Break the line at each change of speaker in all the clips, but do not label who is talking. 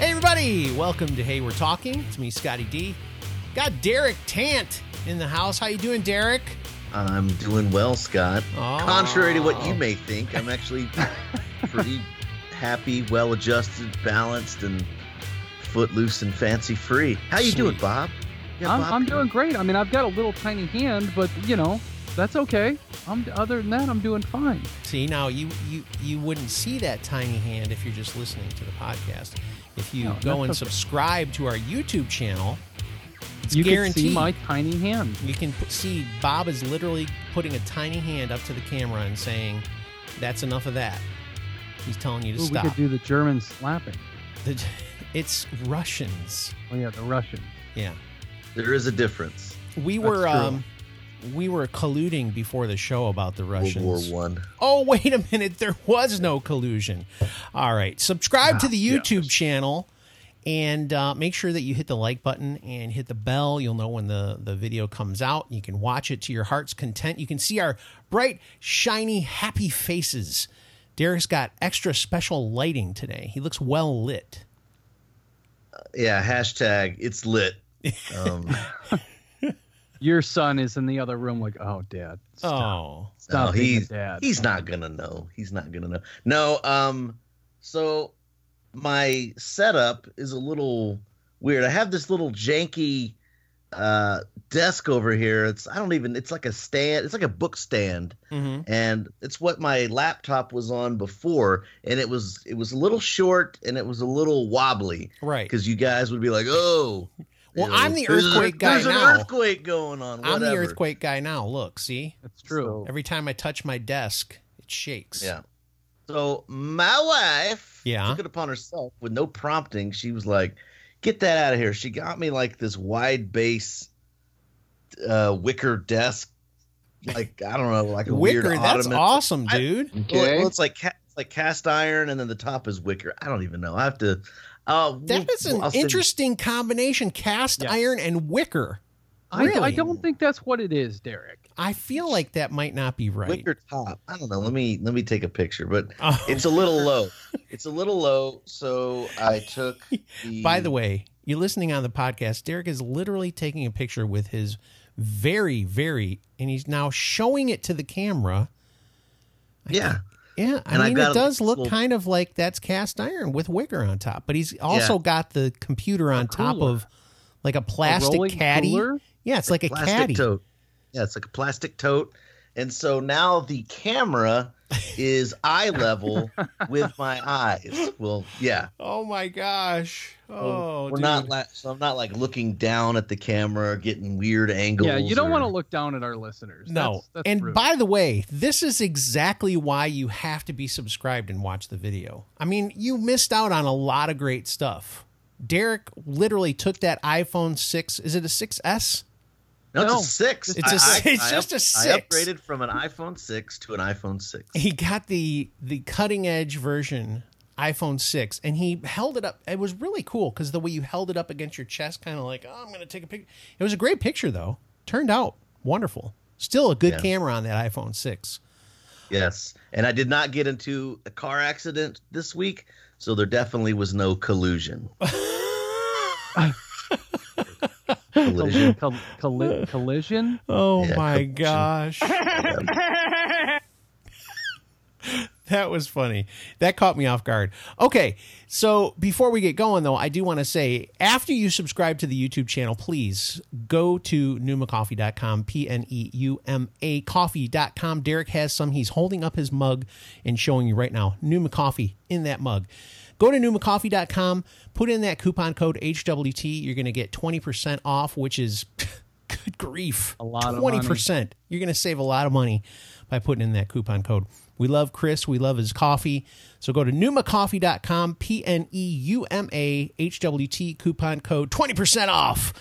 everybody. Welcome to Hey We're Talking. It's me, Scotty D. Got Derek Tant in the house. How you doing, Derek?
I'm doing well, Scott.
Oh.
Contrary to what you may think, I'm actually pretty happy, well-adjusted, balanced, and footloose and fancy-free. How you doing,
Sweet.
Bob? You got
I'm,
Bob
I'm
coming?
doing great. I mean, I've got a little tiny hand, but you know, that's okay. I'm other than that, I'm doing fine.
See now you you you wouldn't see that tiny hand if you're just listening to the podcast. If you
No, that's
go and
okay.
subscribe to our YouTube channel, it's
you
guaranteed
can see my tiny hand.
you can p- see Bob is literally putting a tiny hand up to the camera and saying, "That's enough of that." He's telling you to
Ooh, we
stop.
could do the German slapping.
The- it's Russians.
Oh yeah, the Russian.
Yeah.
There is a difference.
We
That's
were
true.
um we were colluding before the show about the Russians.
World War One.
Oh, wait a minute. There was no collusion. All right. Subscribe to the
Ah,
YouTube channel and uh, make sure that you hit the like button and hit the bell. You'll know when the, the video comes out. You can watch it to your heart's content. You can see our bright, shiny, happy faces. Derek's got extra special lighting today. He looks well lit.
Yeah. Hashtag. It's lit. Um,
Your son is in the other room, like, oh, dad, stop,
Oh.
stop
no,
being a
he's
dad.
he's not gonna know. He's not gonna know. No. Um. So my setup is a little weird. I have this little janky uh desk over here. It's I don't even. It's like a stand. It's like a book stand,
Mm-hmm.
and it's what my laptop was on before. And it was it was a little short and it was a little wobbly
Right.
because you guys would be like, oh.
Well,
you know,
I'm the
there's an-
earthquake guy
There's an
now.
earthquake going on.
I'm the
whatever.
earthquake guy now. Look, see?
That's true.
Every time I touch my desk, it shakes.
Yeah. So my wife
Yeah.
took it upon herself with no prompting. She was like, "Get that out of here." She got me like this wide base uh, wicker desk, like I don't know, like a
Wicker,
weird
that's
ottoman.
awesome,
I-
dude.
Well,
Okay.
it's like ca- it's like cast iron, and then the top is wicker. I don't even know. I have to. Uh,
That is an
I'll send-
interesting combination: cast
Yeah.
iron and wicker.
I- I,
Really?
don't think that's what it is, Derek.
I feel like that might not be right.
Wicker top. I don't know. Let me let me take a picture, but
Oh,
it's a little low. It's a little low. So I took.
by the way, you're listening on the podcast. Derek is literally taking a picture with his very, very, and he's now showing it to the camera.
yeah.
Yeah, I
And I
mean,
got
it
a
does look
little-
kind of like that's cast iron with wicker on top, but he's also got the computer on top
cooler.
of like a
A
plastic
rolling
caddy.
cooler?
Yeah, it's like a
plastic
caddy.
tote. Yeah, it's like a plastic tote. And so now the camera is eye level with my eyes. Well, yeah.
Oh my gosh! Oh,
we're
dude.
not la- so I'm not like looking down at the camera, getting weird angles.
Yeah, you don't
or-
want to look down at our listeners.
No.
That's- that's
and
rude.
by the way, this is exactly why you have to be subscribed and watch the video. I mean, you missed out on a lot of great stuff. Derek literally took that iPhone 6. Is it a 6S?
No,
No.
it's a six.
It's a
I-
six.
I-
It's
I
just a
I
six.
upgraded from an iPhone six to an iPhone six.
He got the the cutting edge version iPhone 6 and he held it up. It was really cool cuz the way you held it up against your chest kind of like, "Oh, I'm going to take a picture." It was a great picture though. Turned out wonderful. Still a good
Yeah.
camera on that iPhone 6.
Yes, and I did not get into a car accident this week, so there definitely was no collusion. collision.
Col- colli- collision.
Oh
Yeah,
my
corruption.
gosh. that was funny. That caught me off guard. Okay, so before we get going though, I do want to say after you subscribe to the YouTube channel, please go to pneumacoffee.com, P N E U M A coffee.com. Derek has some. He's holding up his mug and showing you right now Numa Coffee in that mug. Go to newmacoffee.com, put in that coupon code HWT. You're going to get 20% off, which is good grief.
A lot of money.
20%. You're going to save a lot of money by putting in that coupon code. We love Chris. We love his coffee. So go to pneumacoffee.com, P N E U M A H W T, coupon code 20% off.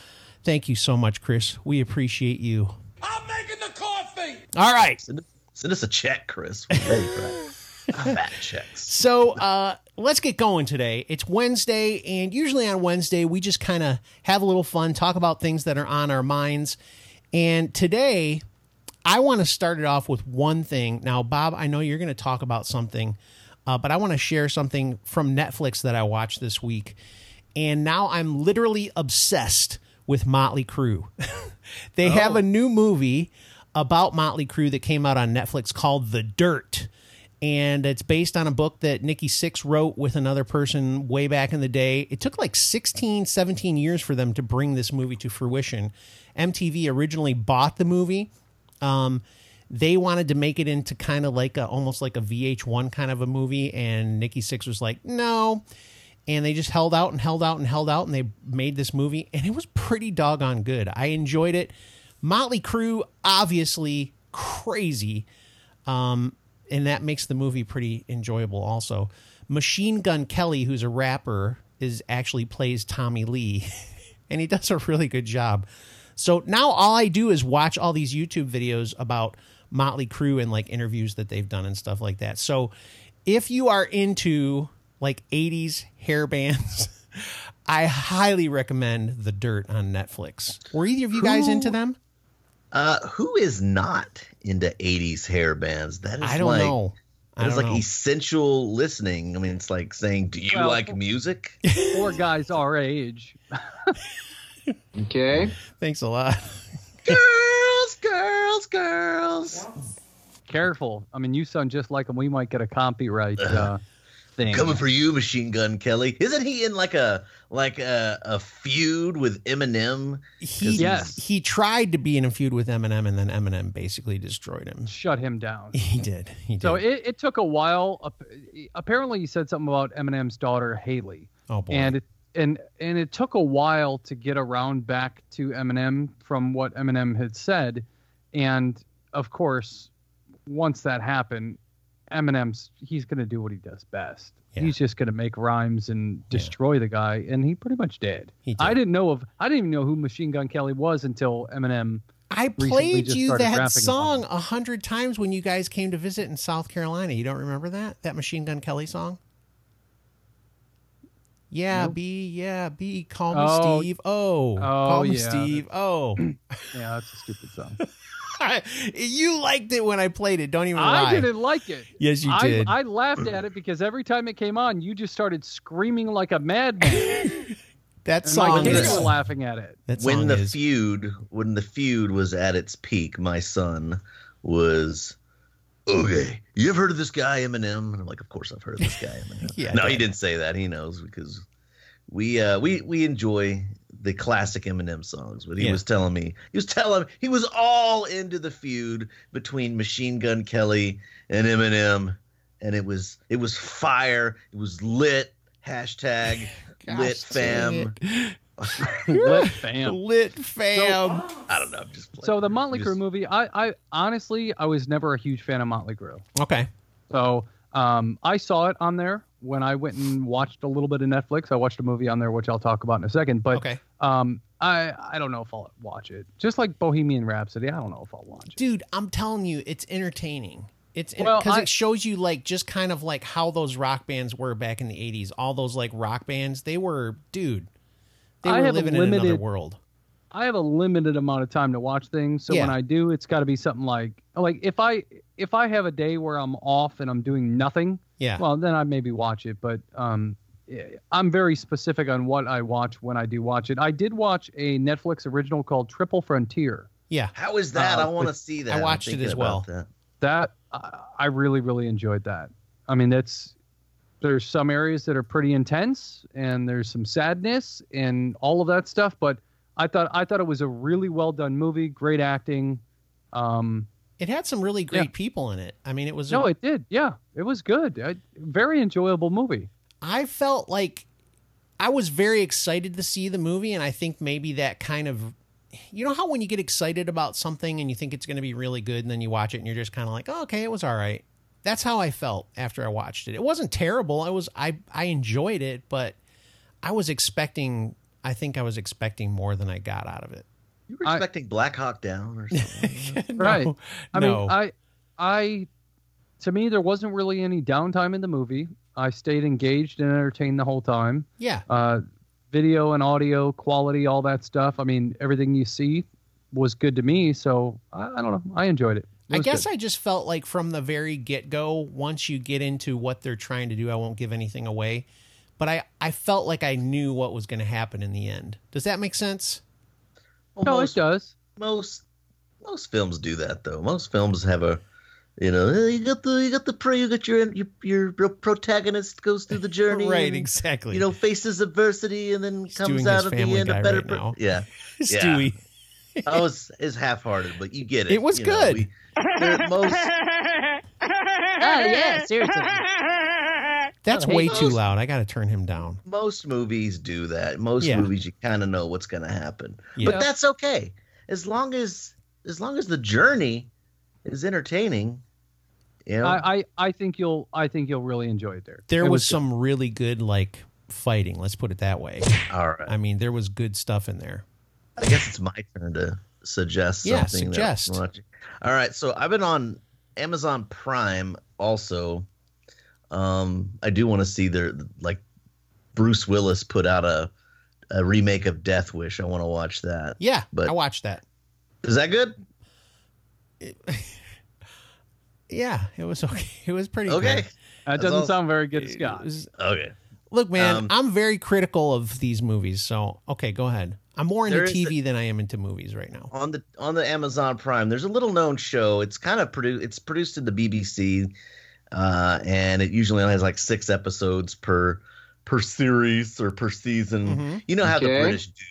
Thank you so much, Chris. We appreciate you.
I'm making the coffee.
All right.
Send, send us a check, Chris. We're ready for that. Fat checks.
So uh, let's get going today. It's Wednesday, and usually on Wednesday, we just kind of have a little fun, talk about things that are on our minds. And today, I want to start it off with one thing. Now, Bob, I know you're going to talk about something, uh, but I want to share something from Netflix that I watched this week. and now I'm literally obsessed with Motley Crue. they have a new movie about Motley Crue that came out on Netflix called The Dirt. And it's based on a book that Nikki Six wrote with another person way back in the day. It took like 16, 17 years for them to bring this movie to fruition. MTV originally bought the movie um, they wanted to make it into kind of like a almost like a VH1 kind of a movie, and Nikki Six was like, no. And they just held out and held out and held out, and they made this movie, and it was pretty doggone good. I enjoyed it. Motley Crue, obviously crazy, um, and that makes the movie pretty enjoyable. Also, Machine Gun Kelly, who's a rapper, is actually plays Tommy Lee, and he does a really good job. So now all I do is watch all these YouTube videos about Motley Crue and like interviews that they've done and stuff like that. So if you are into like 80s hair bands, I highly recommend The Dirt on Netflix. Were either of you guys
Who-
into them?
Uh, who is not into '80s hair bands? That is
I don't
like,
know. I
That is
don't
like
know.
essential listening. I mean, it's like saying, "Do you
Well-
like music?"
Or guys our age.
Okay.
Thanks a lot.
girls, girls, girls.
Careful. I mean, you sound just like him. We might get a copyright uh, thing.
Coming for you, Machine Gun Kelly. Isn't he in like a like a, a feud with Eminem?
He
Yes.
he tried to be in a feud with Eminem, and then Eminem basically destroyed him.
Shut him down.
He did. He did.
So it, it took a while. Ap- Apparently, you said something about Eminem's daughter Haley,
oh boy.
and it, and and it took a while to get around back to Eminem from what Eminem had said, and of course, once that happened, Eminem's he's going to do what he does best.
Yeah.
He's just going to make rhymes and destroy the guy, and he pretty much did.
He did.
I didn't know of I didn't even know who Machine Gun Kelly was until Eminem.
I
recently
played
just
you
started rapping
that
about
song
it.
a hundred times when you guys came to visit in South Carolina. You don't remember that? That Machine Gun Kelly song? Yeah,
Nope.
B, yeah, B, call me
Oh.
Steve. Oh, call me
yeah.
Steve. Oh.
Yeah, that's a stupid song.
you liked it when I played it. Don't even lie.
I didn't like it.
Yes, you did.
I, I laughed at it because every time it came on, you just started screaming like a madman.
that
And my
song
kids
is
were laughing at it.
that song
when the
is
feud when the feud was at its peak, my son was okay. You ever heard of this guy Eminem? And I'm like, of course I've heard of this guy Eminem.
Yeah,
no,
yeah.
he didn't say that. He knows because we uh, we we enjoy the classic Eminem songs. But he
Yeah.
was telling me he was telling he was all into the feud between Machine Gun Kelly and Eminem, and it was it was fire. It was lit. Hashtag lit
Gosh, dang
fam.
it.
Lit fam.
Lit fam.
Oh, I don't know. I'm just playing.
So the Motley
Just-
Crue movie, I, I honestly, I was never a huge fan of Motley Crue.
okay.
So um, I saw it on there when I went and watched a little bit of Netflix. I watched a movie on there, which I'll talk about in a second. But
Okay.
um, I, I don't know if I'll watch it. Just like Bohemian Rhapsody, I don't know if I'll watch it.
dude i'm telling you it's entertaining it's because
Well, I-
it shows you like just kind of like how those rock bands were back in the 80s all those like rock bands they were dude they
I
were
have a
living in another
limited-
world
I have a limited amount of time to watch things, so when
Yeah.
I do, it's got to be something like like if I if I have a day where I'm off and I'm doing nothing,
yeah
well then I maybe watch it. But um, eh, I'm very specific on what I watch when I do watch it. I did watch a Netflix original called Triple Frontier.
yeah
How is that?
Uh,
I want to see that.
I
I'm
watched it
thinking
as well.
about that.
That I, I really really enjoyed that. I mean that's there's some areas that are pretty intense and there's some sadness and all of that stuff, but I thought I thought it was a really well done movie, great acting. Um,
it had some really great
Yeah.
people in it i mean it was
No, it did. Yeah, it was good. I, very enjoyable movie.
I felt like I was very excited to see the movie, and I think maybe that kind of you know how when you get excited about something and you think it's going to be really good, and then you watch it and you're just kind of like, oh, okay, it was all right. That's how I felt after I watched it. It wasn't terrible. I was I I enjoyed it, but I was expecting. I think I was expecting more than I got out of it.
You were
I-
expecting Black Hawk Down or something?
No,
Right. I
no.
mean, uh, I, I, to me, there wasn't really any downtime in the movie. I stayed engaged and entertained the whole time.
yeah.
Uh, video and audio quality, all that stuff. I mean, everything you see was good to me. So I, I don't know. I enjoyed it. It
I
was
guess
good.
I just felt like from the very get go, once you get into what they're trying to do, I won't give anything away. but I I felt like I knew what was going to happen in the end. Does that make sense?
No, it
Almost
does.
most most films do that though. Most films have a you know eh, you got the you got the pro you got your your your real protagonist goes through the journey
right,
and,
exactly.
you know faces adversity and then
He's doing
comes
his
out at the
Family
end a
Guy
better
right
per-
now.
yeah
Stewie.
I was it's half hearted but you get it
It was
you know,
good.
we- they're most
Oh yeah, seriously.
That's
Oh,
way
hey.
too loud. I got to turn him down.
most movies do that most
Yeah.
movies you kind of know what's going to happen
Yeah.
but that's okay as long as as long as the journey is entertaining you know
I, I I think you'll I think you'll really enjoy it there.
There
It
was, some really good like fighting. Let's put it that way.
all right
I mean, there was good stuff in there.
I guess it's my turn to suggest
Yeah,
something. that
suggest.
I'm watching. All right, so I've been on Amazon Prime also. Um, I do want to see their like Bruce Willis put out a a remake of Death Wish. I want to watch that.
Yeah,
But-
I watched that.
Is that good?
Yeah, it was okay. It was pretty
Okay.
good.
that
that's
doesn't
all-
sound very good,
It
Scott.
was-
Okay.
Look, man,
Um,
I'm very critical of these movies. So, okay, go ahead. I'm more into
There is
TV than I am into movies right now.
On the on the Amazon Prime, there's a little known show. It's kind of produced. It's produced in the BBC, uh, and it usually only has like six episodes per per series or per season.
Mhm.
You know how the
Okay.
British do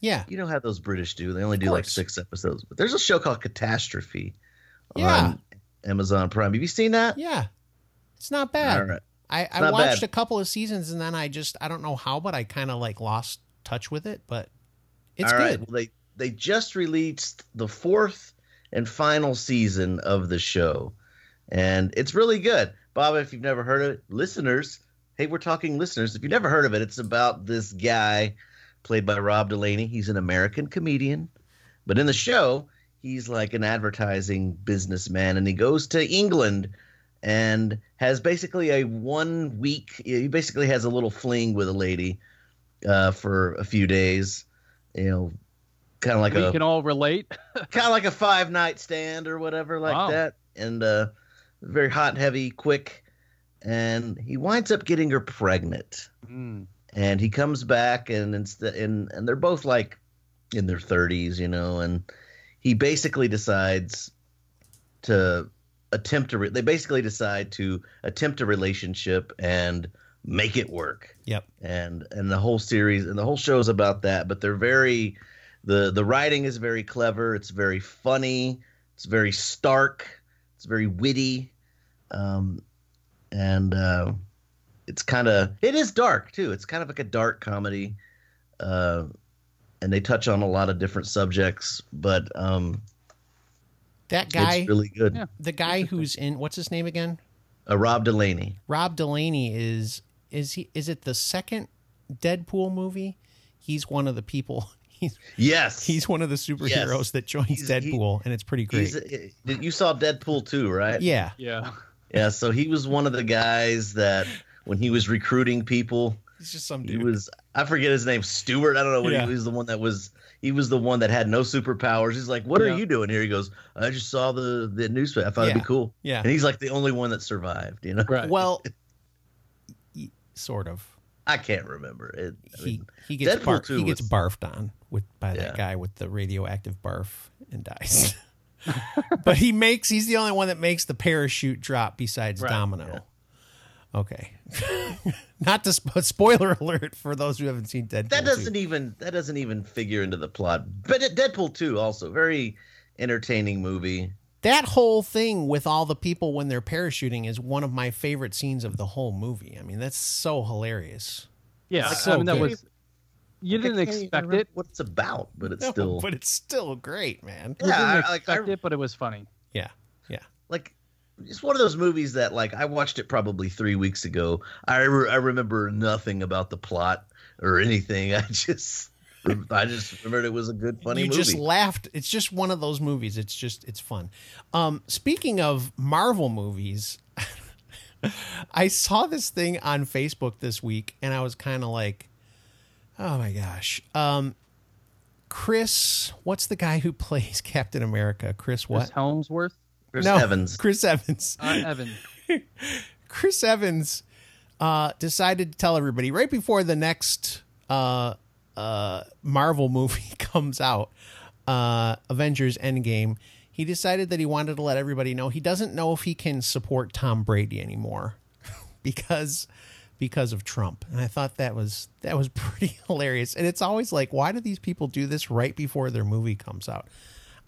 Yeah,
you know how those British do. They only
Of
do like
course.
six episodes. But there's a show called Catastrophe
Yeah.
on Amazon Prime. Have you seen that?
yeah. It's not bad.
All right.
I, I
not
watched
bad.
a couple of seasons and then I just I don't know how, but I kind of like lost touch with it. But it's
All right.
good.
Well, they they just released the fourth and final season of the show, and it's really good. Bob, if you've never heard of it, listeners, hey, we're talking listeners. If you've never heard of it, it's about this guy played by Rob Delaney. He's an American comedian, but in the show, he's like an advertising businessman, and he goes to England and has basically a one week. He basically has a little fling with a lady uh, for a few days. You know, kind of like
we
a
can all relate.
kind of like a five night stand or whatever like
Wow.
that and uh very hot heavy quick and he winds up getting her pregnant
Mm.
and he comes back and instead and and they're both like in their 30s you know and he basically decides to attempt a re- they basically decide to attempt a relationship and make it work
Yep.
and and the whole series and the whole show's about that but they're very the the writing is very clever it's very funny it's very stark it's very witty um and uh it's kind of it is dark too it's kind of like a dark comedy uh and they touch on a lot of different subjects but um
That guy,
it's really good
Yeah.
the guy who's in what's his name again?
uh, rob delaney
Rob Delaney is is he is it the second Deadpool movie? He's one of the people. He's
yes
he's one of the superheroes that joins
He's- he-
Deadpool, and it's pretty great.
he's uh, you saw deadpool too right
yeah,
Yeah.
yeah so he was one of the guys that when he was recruiting people
he's just some
he
dude.
was i forget his name stewart i don't know what
Yeah.
he was the one that was he was the one that had no superpowers he's like what
Yeah.
are you doing here he goes i just saw the the newspaper i thought it'd
Yeah.
be cool
yeah,
and he's like the only one that survived you know
Right.
well, y- sort of.
i can't remember it I
He
mean,
he gets
Deadpool
bar-
2
he gets
was-
barfed on with by that
Yeah.
guy with the radioactive barf and dies.
Mm.
but he makes he's the only one that makes the parachute drop besides
Right,
Domino. Okay, not to sp- spoiler alert for those who haven't seen Deadpool. 2.
that doesn't even that doesn't even figure into the plot but it- deadpool 2 also very entertaining movie
that whole thing with all the people when they're parachuting is one of my favorite scenes of the whole movie. I mean, that's so hilarious.
Yeah.
So
I mean, that
good.
was. You
I
didn't
can't even
expect
remember
it.
what it's about but it's
No,
still
but it's still great, man.
You didn't
yeah I, like,
expect
I,
it, but it was funny.
like it's one of those movies that like I watched it probably three weeks ago. I re- I remember nothing about the plot or anything. I just I just remembered it was a good funny
you
movie.
just laughed. It's just one of those movies. It's just it's fun. Um, speaking of Marvel movies, I saw this thing on Facebook this week, and I was kind of like, "Oh my gosh!" Um, Chris, what's the guy who plays Captain America? Chris
Chris
what?
Helmsworth,
Chris
no,
Evans.
Chris Evans.
uh, Evan.
Chris Evans uh, decided to tell everybody right before the next uh, uh, Marvel movie comes out, uh, Avengers Endgame, he decided that he wanted to let everybody know he doesn't know if he can support Tom Brady anymore because because of Trump. And I thought that was that was pretty hilarious. And it's always like, why do these people do this right before their movie comes out?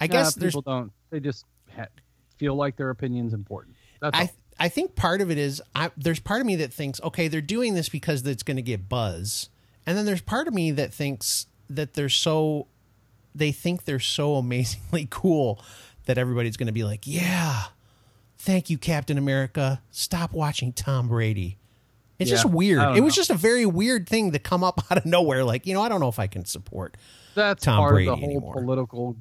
I guess
Nah,
there's
Uh, people don't. They just ha- feel like their opinion's important. That's
I
all.
I think part of it is I, there's part of me that thinks okay they're doing this because it's going to get buzz, and then there's part of me that thinks that they're so they think they're so amazingly cool that everybody's going to be like yeah, thank you Captain America. Stop watching Tom Brady. It's just
Yeah,
weird.
I don't
It was
know.
just a very weird thing to come up out of nowhere. Like you know I don't know if I can support.
That's
Tom
part
Brady
of the whole
anymore.
political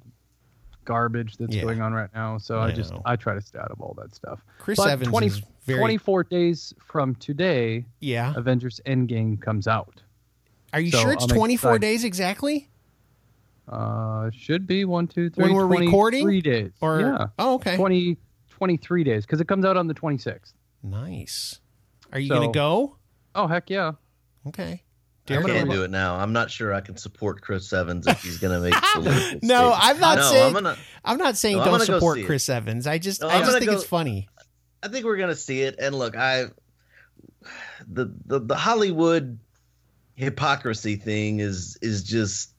garbage that's
Yeah.
going on right now. So I,
I
just
know.
I try to stay out of all that stuff.
Chris
But
Evans
20
is very
24 days from today,
yeah.
Avengers Endgame comes out.
Are you
so
sure it's
I'm
24
excited.
days exactly?
Uh, should be one, two, three.
When we're recording?
three days
Or
yeah,
oh okay,
20, 23 days because it comes out on the twenty sixth.
nice. Are you
So-
going to go?
Oh heck yeah!
Okay.
I
Daredevil.
can't do it now. I'm not sure I can support Chris Evans if he's going to make. political
No,
statements.
I'm not
No,
saying. I'm,
I'm gonna.
not saying
No, I'm
don't
gonna go
support
see it.
Chris Evans. I just,
No,
I
I'm
just
gonna
think
go-
it's funny.
I think we're gonna see it. And look, I the the, the Hollywood hypocrisy thing is is just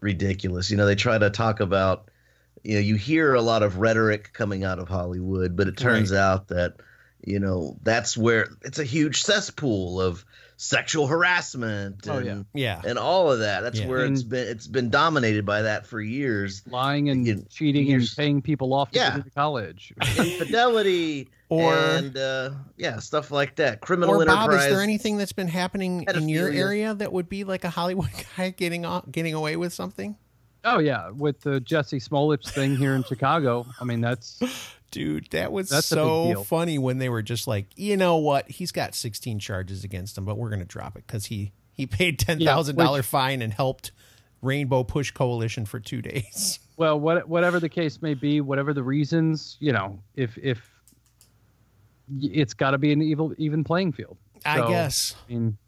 ridiculous. You know, they try to talk about you know, you hear a lot of rhetoric coming out of Hollywood, but it turns out that you know, that's where it's a huge cesspool of sexual harassment
Oh,
and
yeah.
Yeah.
and all of that. That's
Yeah.
where it's
And-
been it's been dominated by that for years.
Lying and
You-
cheating
you're
and
s-
paying people off to
Yeah.
go to college.
Infidelity
Or,
and uh, yeah, stuff like that. Criminal
or Bob,
enterprise.
is there anything that's been happening in your
Pedophilia.
area that would be like a Hollywood guy getting off, getting away with something?
oh yeah, with the Jesse Smollett thing here in Chicago. I mean that's
Dude, that was
That's a big
so
deal.
funny when they were just like, you know what? He's got 16 charges against him, but we're going to drop it because he he paid $10,000
which-
fine and helped Rainbow Push Coalition for two days.
well what, whatever the case may be whatever the reasons you know if if y- it's got to be an evil even playing field
I
So,
guess.
i mean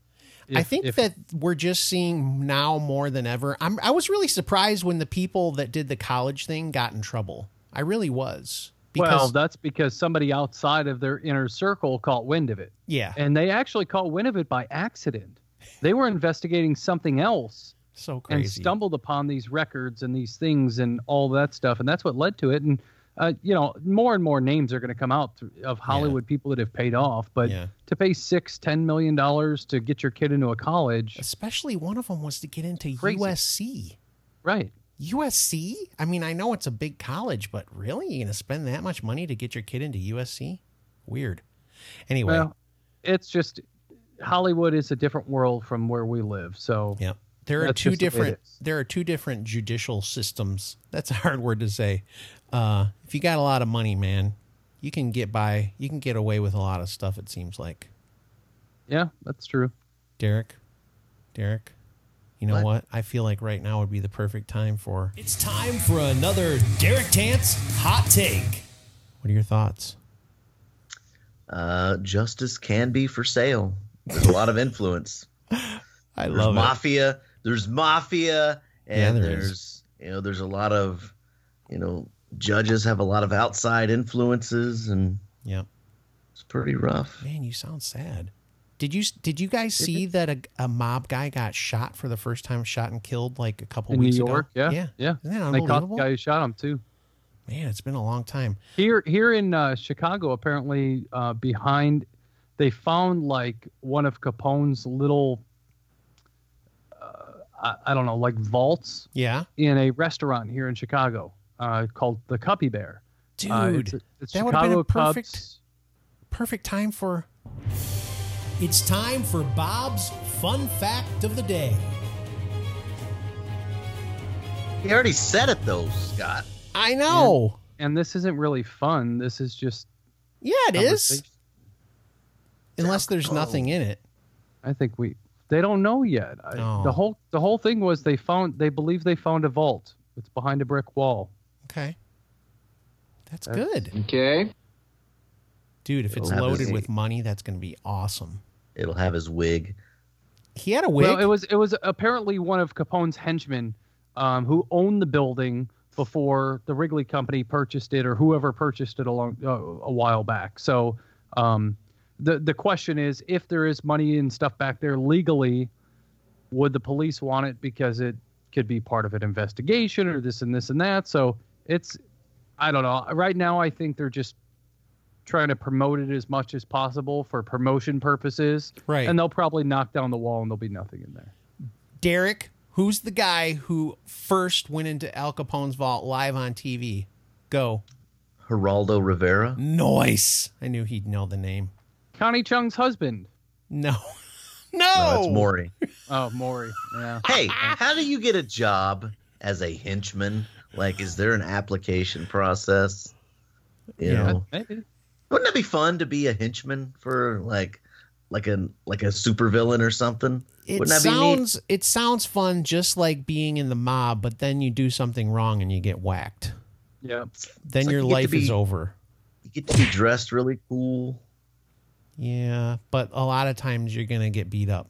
I
if-
think
if-
that we're just seeing now more than ever. I'm, I was really surprised when the people that did the college thing got in trouble. I really was.
well
Because,
that's because somebody outside of their inner circle caught wind of it
yeah.
and they actually caught wind of it by accident they were investigating something else
So
and
crazy.
stumbled upon these records and these things and all that stuff and that's what led to it and uh, you know more and more names are going to come out th- of hollywood people that have paid off but
Yeah.
to pay six ten million dollars to get your kid into a college
Especially one of them was to get into
Crazy.
USC.
right
USC? I mean, I know it's a big college, but really? You're going to spend that much money to get your kid into USC? Weird. Anyway,
well it's just hollywood is a different world from where we live so
Yeah. There are
That's
two
just the way it
different
is.
there are two different judicial systems. That's a hard word to say. Uh, if you got a lot of money, man, you can get by you can get away with a lot of stuff, it seems like.
yeah that's true
Derek. Derek. You know
What?
what? I feel like right now would be the perfect time for
It's time for another Derek Tance hot take.
what are your thoughts?
Uh, justice can be for sale. There's a lot of influence.
I
There's mafia. There's mafia, and
Yeah, there is.
there's you know there's a lot of you know judges have a lot of outside influences, and
it. Yeah.
it's pretty rough.
Man, you sound sad. Did you did you guys see that a, a mob guy got shot for the first time, shot and killed like a couple
in new
weeks
york
ago?
yeah yeah,
Isn't that
And they caught the
unbelievable?
guy who shot him too
Man, it's been a long time.
Here, here in uh, Chicago, apparently uh, behind, they found like one of Capone's little, uh, I, I don't know, like vaults
Yeah.
in a restaurant here in Chicago uh, called the Cuppy Bear.
Dude,
Uh, it's, it's
that would've been
Chicago
a perfect-
Cubs.
perfect time for
It's time for Bob's fun fact of the day.
He already said it though, Scott.
I know.
and this isn't really fun. This is just.
Yeah, it is.
conversation.
Unless there's nothing in it.
I think we. They don't know yet. I,
No.
The whole the whole thing was they found they believe they found a vault. It's behind a brick wall.
Okay. That's
That's-
good.
Okay.
Dude, if it's
It'll have
loaded
to
with
see.
money, that's going to be awesome.
It'll have his wig.
He had a wig.
Well, it was it was apparently one of Capone's henchmen um, who owned the building before the Wrigley Company purchased it or whoever purchased it a long uh, a while back. So um, the the question is, if there is money and stuff back there legally, would the police want it because it could be part of an investigation or this and this and that? So it's I don't know. Right now, I think they're just trying to promote it as much as possible for promotion purposes.
Right.
And they'll probably knock down the wall and there'll be nothing in there.
Derek, who's the guy who first went into Al Capone's vault live on TV? Go.
Geraldo Rivera.
Noise. I knew he'd know the name.
Connie Chung's husband.
No. no.
No, it's Maury.
Oh, Maury. Yeah.
Hey, how do you get a job as a henchman? Like, is there an application process? You
Yeah.
know,
Maybe.
wouldn't that be fun to be a henchman for like, like a like a supervillain or something?
It
wouldn't that be neat?
sounds it sounds fun just like being in the mob, but then you do something wrong and you get whacked.
Yeah.
Then
It's like
your
you get to
life is
be-
over.
You get to be dressed really cool.
Yeah, but a lot of times you're gonna get beat up.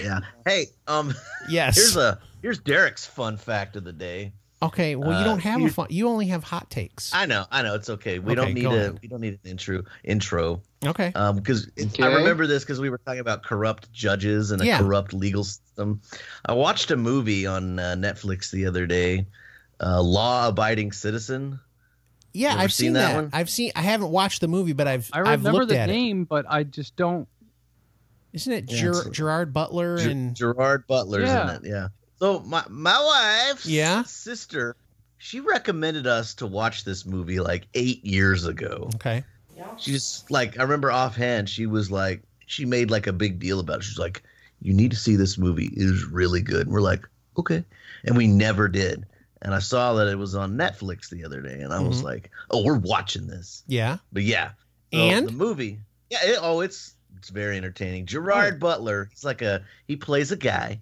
Yeah. Hey, um,
Yes.
here's a here's Derek's fun fact of the day.
okay, well you
uh,
don't have a
you-
fun you only have hot takes.
I know, I know, it's okay. We
Okay,
don't need
go
a
on.
we don't need an intro intro.
okay.
um because
Okay.
i remember this because we were talking about corrupt judges and a
Yeah.
corrupt legal system i watched a movie on uh, netflix the other day uh, law abiding citizen
yeah,
ever
I've
seen
seen
that
that.
one?
I've seen I haven't watched the movie, but I've
I
have
remember
looked
the
at it.
name, but I just don't.
Isn't it
Yeah,
Ger-
it's-
Gerard Butler
Ger-
and
gerard butler's in
Yeah.
it yeah so my my wife's
Yeah?
sister she recommended us to watch this movie like eight years ago
Okay.
she just like i remember offhand she was like she made like a big deal about it she's like you need to see this movie it is really good and we're like okay and we never did and i saw that it was on netflix the other day and i was
Mhm.
like oh we're watching this
Yeah.
but yeah so
And
Oh, the movie yeah it, oh it's it's very entertaining gerard butler he's like a he plays a guy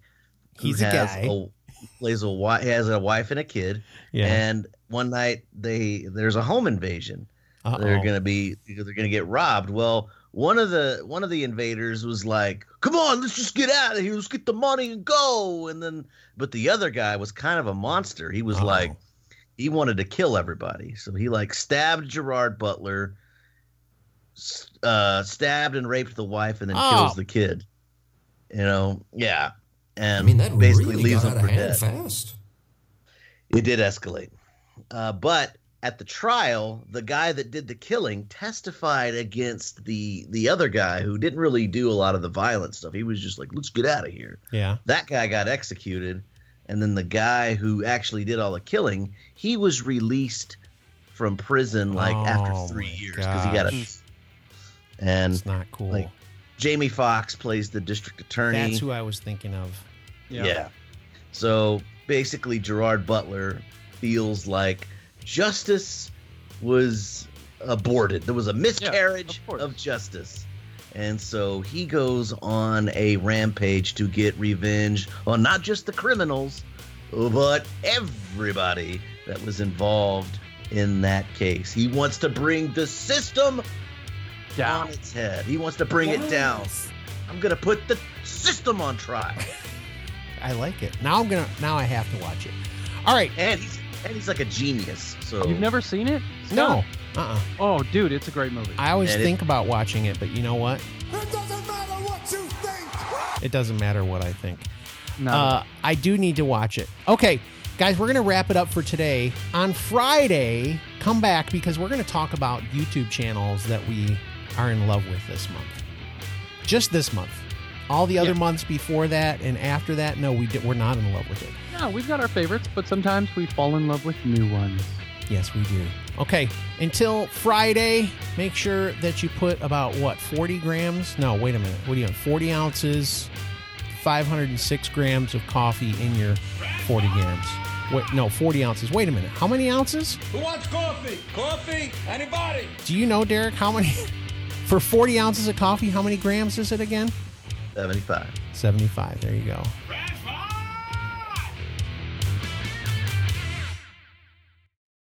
who
he's a
has
guy.
a- he plays a wife he has a wife and a kid
yeah.
and one night they there's a home invasion
Uh-oh.
they're gonna be they're gonna get robbed. Well, one of the one of the invaders was like, "Come on, let's just get out of here. Let's get the money and go." And then, but the other guy was kind of a monster. He was
Uh-oh.
like, he wanted to kill everybody, so he like stabbed Gerard Butler, s- uh, stabbed and raped the wife, and then
Oh.
kills the kid. You know, yeah, and
I mean, that
basically
really
leaves
got
him
out
for
of hand
dead
fast.
it did escalate. Uh, but at the trial, the guy that did the killing testified against the the other guy who didn't really do a lot of the violent stuff. He was just like, "Let's get out of here."
yeah.
That guy got executed, and then the guy who actually did all the killing, he was released from prison like
Oh,
after
my
three years because he got a.
gosh.
And
It's not cool.
like, Jamie Foxx plays the district attorney.
That's who I was thinking of.
Yeah. So basically, Gerard Butler feels like justice was aborted. There was a miscarriage
course.
of, justice. And so he goes on a rampage to get revenge on not just the criminals, but everybody that was involved in that case. He wants to bring the system on
Down.
its head. He wants to bring it down. I'm going to put the system on trial.
I like it. Now I'm gonna. Now I have to watch it. All right.
and he's and he's like a genius. So
You've never seen it?
No.
Scott?
Uh. uh
Oh, dude, it's a great movie.
I always
And it-
think about watching it, but you know what?
It doesn't matter what you think.
It doesn't matter what I think.
no.
Uh, I do need to watch it. Okay, guys, we're going to wrap it up for today. On Friday, come back because we're going to talk about YouTube channels that we are in love with this month. Just this month. All the other
Yeah.
months before that and after that, no, we did, we're not in love with it.
no, we've got our favorites, but sometimes we fall in love with new ones.
Yes, we do. Okay, until Friday, make sure that you put about what, 40 grams? No, wait a minute. What do you have? 40 ounces, 506 grams of coffee in your 40 grams. Wait, no, 40 ounces. Wait a minute. How many ounces?
Who wants coffee? Coffee? Anybody?
Do you know, Derek, how many? For 40 ounces of coffee, how many grams is it again?
75.
75. There you go.